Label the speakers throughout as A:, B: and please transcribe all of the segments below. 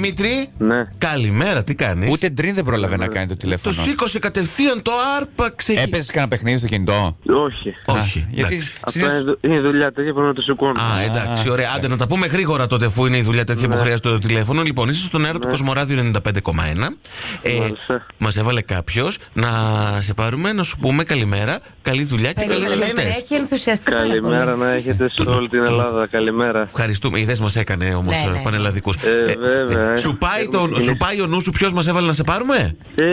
A: Δημήτρη,
B: Ναι.
A: καλημέρα, τι κάνεις.
C: Ούτε ντριν δεν πρόλαβε να κάνει το
A: Το
C: τηλέφωνο.
A: σήκωσε κατευθείαν το άρπαξε.
C: Έπαιζες κανένα παιχνίδι στο κινητό.
B: Όχι.
A: Όχι.
C: Α, Γιατί
A: εντάξει.
B: Αυτό
C: συνήθως-
B: είναι, δου- είναι δουλειά τέτοια πρέπει να το σηκώνω.
A: Α, ε, εντάξει, ωραία. Άντε να τα πούμε γρήγορα τότε, αφού είναι η δουλειά τέτοια
B: Ναι.
A: που χρειάζεται το τηλέφωνο. Λοιπόν, είσαι στον αέρα του Κοσμοράδιου 95,1. Ε,
B: Μάλιστα.
A: Μας έβαλε κάποιος να σε πάρουμε, να σου πούμε καλημέρα, καλή δουλειά και καλές
D: Περίμενε,
A: γιορτές.
D: έχει ενθουσιαστεί πάρα πολύ.
B: Καλημέρα
A: λοιπόν.
B: ναι. να έχετε σε όλη την Ελλάδα. Καλημέρα.
A: Ευχαριστούμε. Είδε μας έκανε όμως
D: Ναι, ναι.
A: πανελλαδικούς.
B: Ε, βέβαια. ε.
A: Σου πάει,
B: Έχουμε
A: το, σου
B: ξεκινήσει.
A: πάει ο νους σου ποιος μας έβαλε να σε πάρουμε.
B: Ε,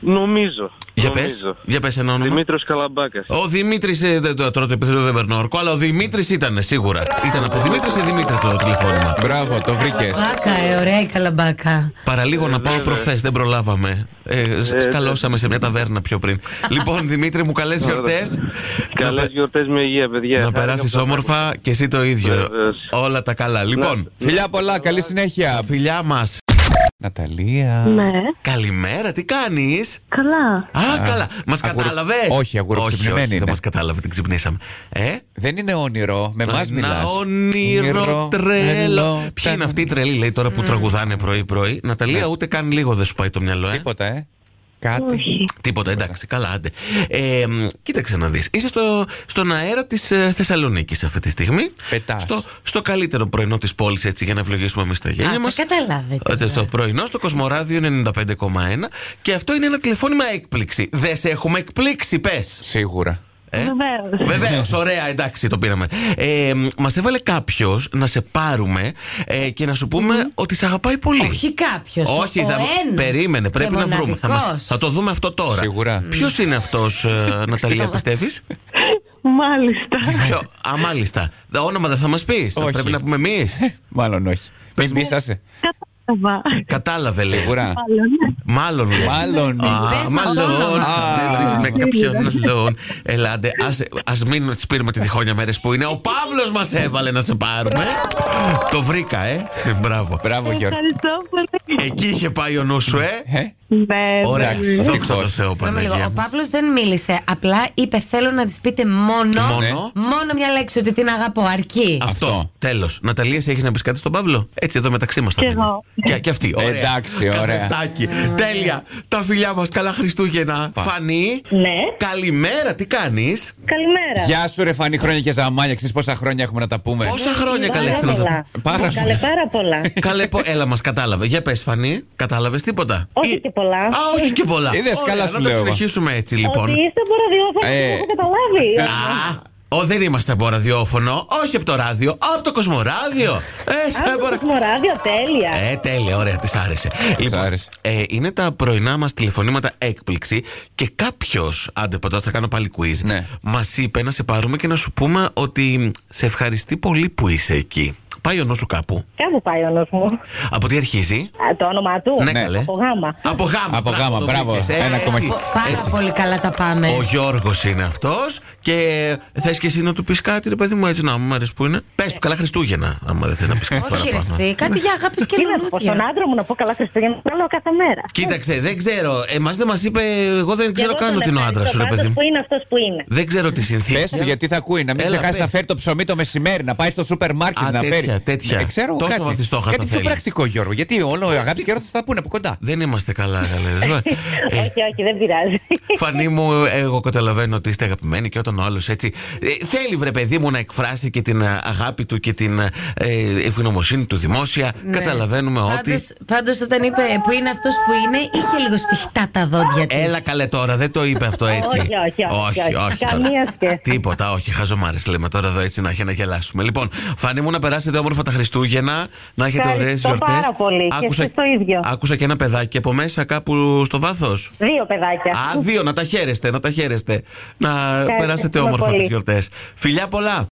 B: νομίζω.
A: Για πες.
B: Νομίζω.
A: Για πες ένα όνομα.
B: Δημήτρης Καλαμπάκας.
A: Ο Δημήτρης. Τώρα το επιθέτω δεν περνώ ορκό, αλλά ο Δημήτρης ήταν σίγουρα. Ήταν από Δημήτρη σε Δημήτρη το τηλεφώνημα.
C: Μπράβο, το βρήκες.
D: Μπάκα, ε, ωραία η καλαμπάκα.
A: Παραλίγο να πάω προχθές, δεν προλάβαμε. Ε,
B: Ε,
A: σκαλώσαμε σε μια ταβέρνα πιο πριν. λοιπόν, Δημήτρη, μου καλές γιορτές.
B: Καλές γιορτές με υγεία, παιδιά.
A: Να
B: Χάρηκα
A: περάσει
B: που τα
A: όμορφα και εσύ το ίδιο.
B: Βεβαίως.
A: Όλα τα καλά. Λοιπόν,
C: Φιλιά πολλά, καλή συνέχεια.
A: φιλιά μας.
C: Ναταλία.
E: Ναι,
A: Καλημέρα, τι κάνεις.
E: καλά.
A: Α, καλά. Μας
C: αγουρο-
A: κατάλαβες.
C: Όχι, αγουροξυπνημένη
A: Δεν
C: είναι.
A: μας κατάλαβε, την ξυπνήσαμε. Ε,
C: Δεν είναι όνειρο, με εμά μιλά.
A: Να όνειρο τρελό. Ποιοι είναι αυτοί οι τρελοί, λέει τώρα που τραγουδάνε πρωί-πρωί. Ναταλία, ούτε καν λίγο δεν σου πάει το μυαλό, ε.
C: Τίποτα, ε. Κάτι.
E: Όχι.
A: Τίποτα, εντάξει, καλά, άντε. Ε, μ, κοίταξε να δεις. Είσαι στο, στον αέρα της ε, Θεσσαλονίκης αυτή τη στιγμή.
C: Πετάς.
A: Στο, στο καλύτερο πρωινό της πόλης, έτσι, για να ευλογήσουμε εμείς τα γένια
D: Α,
A: μας.
D: τα καταλάβετε.
A: Ότι στο πρωινό, στο Κοσμοράδιο 95,1 και αυτό είναι ένα τηλεφώνημα έκπληξη. Δεν σε έχουμε εκπλήξει, πες.
C: Σίγουρα.
A: Ε?
E: Βεβαίως.
A: Βεβαίως, ωραία, εντάξει, το πήραμε. Ε, Μας έβαλε κάποιος να σε πάρουμε ε, και να σου πουμε ότι σε αγαπάει πολύ.
D: Όχι κάποιος.
A: Όχι, θα... περίμενε, πρέπει να βρούμε. Θα, μας- θα το δούμε αυτό τώρα.
C: Σίγουρα.
A: Ποιος είναι αυτός, ε, Ναταλία, πιστεύεις.
E: Μάλιστα.
A: Α, μάλιστα. Δε- Όνομα δεν θα μας πεις.
C: Όχι.
A: Πρέπει να πούμε εμείς.
C: Ε, Μάλλον όχι. Μην μίσασε.
E: Κατάλαβα.
A: Κατάλαβε, λέει.
C: Σίγουρα.
E: Μάλλον.
A: Μάλλον. λέει.
C: Μάλλον.
A: Α,
D: Πες μας
A: Μάλλον.
D: όνομα.
A: Α,
C: Α.
A: βρίζεις με κάποιον άλλον. Ελάτε, ας μην σπείρουμε τη διχόνια μέρες που είναι. Ο Παύλος μας έβαλε να σε πάρουμε. Το βρήκα, ε. Μπράβο.
C: Μπράβο, Γιώργο.
E: Ευχαριστώ πολύ.
A: Εκεί είχε πάει ο νους σου, ε.
E: Ναι,
A: Ωραία,
E: ναι.
A: δόξα τω Θεώ,
D: λίγο.
A: Παναγία.
D: Ο
A: μου.
D: Παύλος δεν μίλησε. Απλά είπε: Θέλω να της πείτε μόνο, Ναι.
A: Μόνο.
D: μόνο μια λέξη ότι την αγαπώ. Αρκεί.
A: Αυτό.
C: Αυτό.
A: Τέλος. Ναταλίας, έχεις να πεις κάτι στον Παύλο. Έτσι, εδώ μεταξύ μας.
E: Κι εγώ.
A: Και, και αυτή. Ωραία.
C: Εντάξει, ωραία.
A: Καφετάκι. Τέλεια. Τα φιλιά μας. Καλά Χριστούγεννα.
C: Πα.
A: Φανή.
E: Ναι.
A: Καλημέρα, τι κάνεις.
E: Καλημέρα.
C: Γεια σου, ρε Φανή, χρόνια και ζαμάνια. Ξέρεις πόσα χρόνια έχουμε να τα πούμε.
A: Πόσα χρόνια καλέ
E: Πάρα
A: θέλω να
E: πολλά.
A: τα-
C: Πάρα
E: Καλέ,
C: σου.
E: πάρα πολλά.
A: Καλέ, πο- έλα μας κατάλαβε. Για πες, Φανή, κατάλαβες τίποτα.
E: Όχι
A: Ή-
E: και πολλά.
A: Α, όχι και πολλά.
C: Είδες,
A: Ωραία,
C: καλά
A: να
C: σου
A: τα
C: λέω εγώ.
A: συνεχίσουμε έτσι λοιπόν.
E: Ότι είστε από
C: Ε.
E: ραδιόφωνο δεν έχω καταλάβει.
A: Α, ο, δεν είμαστε από ραδιόφωνο, όχι από το ράδιο, από το κοσμοράδιο. Ε, σε
E: Α,
A: παρα-
E: το Κοσμοράδιο, τέλεια.
A: Ε, τέλεια, ωραία, της άρεσε.
C: άρεσε.
A: ε, είναι τα πρωινά μας τηλεφωνήματα έκπληξη και κάποιος, άντε ποτέ θα κάνω πάλι quiz,
C: Ναι.
A: μας είπε να σε πάρουμε και να σου πούμε ότι σε ευχαριστεί πολύ που είσαι εκεί. Πάει ο νους σου κάπου.
E: Κάπου πάει ο νους μου.
A: Από τι αρχίζει.
E: Α, Το όνομά του.
A: Ναι, καλέ.
E: Από γάμα.
A: Από γάμα.
C: Από γάμα,
A: το
C: μπράβο.
A: βρήκες, ε,
C: Ένα ακόμα
A: έτσι,
C: χι.
D: Πάρα
A: έτσι.
D: πολύ καλά τα πάμε.
A: Ο Γιώργος είναι αυτός και θες και εσύ να του πεις κάτι, ρε παιδί μου, έτσι να μου αρέσει που είναι. Πες του, καλά Χριστούγεννα, άμα δεν θες να πεις κάτι
D: Όχι, ρε,
A: παραπάνω.
D: εσύ, κάτι για αγάπης και
E: Τι να πω στον
D: λουλούδια.
E: άντρα μου να πω καλά Χριστούγεννα. Καλό κάθε μέρα.
A: Κοίταξε, δεν ξέρω. Εμάς δεν μας είπε, εγώ δεν ξέρω
E: Εγώ
A: καν
E: τον
A: ότι είναι ο άντρα
E: ευχαριστώ
A: σου, ρε
E: πάντως
A: παιδί μου.
E: Που είναι αυτός που είναι.
A: Δεν ξέρω τι
C: Πε
A: συνθήκε.
C: του γιατί θα ακούει, να μην
A: Έλα,
C: ξεχάσει
A: πες.
C: να φέρει το ψωμί το μεσημέρι, να πάει στο σούπερ μάρκετ
A: Α,
C: να
A: τέτοια,
C: φέρει.
A: τέτοια.
C: Ε, ξέρω εγώ
A: Τόσο
C: κάτι.
A: βαθιστόχαρτα
C: Κάτι πιο
A: θέλεις.
C: πρακτικό, Γιώργο. Γιατί όλο αγάπη και έρωτα θα τα πούνε από κοντά.
A: Δεν είμαστε καλά, καλέ. Ε,
E: Όχι, όχι, δεν πειράζει.
A: Φανή μου, εγώ καταλαβαίνω ότι είστε αγαπημένοι και όταν ο άλλος έτσι. ε, θέλει, βρε παιδί μου, να εκφράσει και την ε, αγάπη του και την ε, ευγνωμοσύνη του δημόσια.
E: Ναι.
A: Καταλαβαίνουμε ότι.
D: Ναι. Πάντως, πάντως όταν είπε που είναι αυτός που είναι, είχε λίγο σφιχτά τα δόντια της.
A: Έλα καλέ τώρα, δεν το είπε αυτό έτσι.
E: Όχι, όχι, όχι,
A: όχι,
E: όχι.
A: τώρα.
E: Καμία σκέψη.
A: Τίποτα, όχι, χαζομάρες λέμε τώρα εδώ έτσι να έχει να γελάσουμε. Λοιπόν, φανεί μου να περάσετε όμορφα τα Χριστούγεννα, να έχετε ωραίε
E: Ευχαριστώ
A: γιορτές.
E: πάρα πολύ. Και εσείς το ίδιο.
A: Άκουσα και ένα παιδάκι από μέσα κάπου στο βάθος.
E: Δύο παιδάκια.
A: Α, δύο, να τα χαίρεστε, να τα χαίρεστε. Να περάσετε όμορφα
E: πολύ.
A: τι γιορτές. Φιλιά πολλά.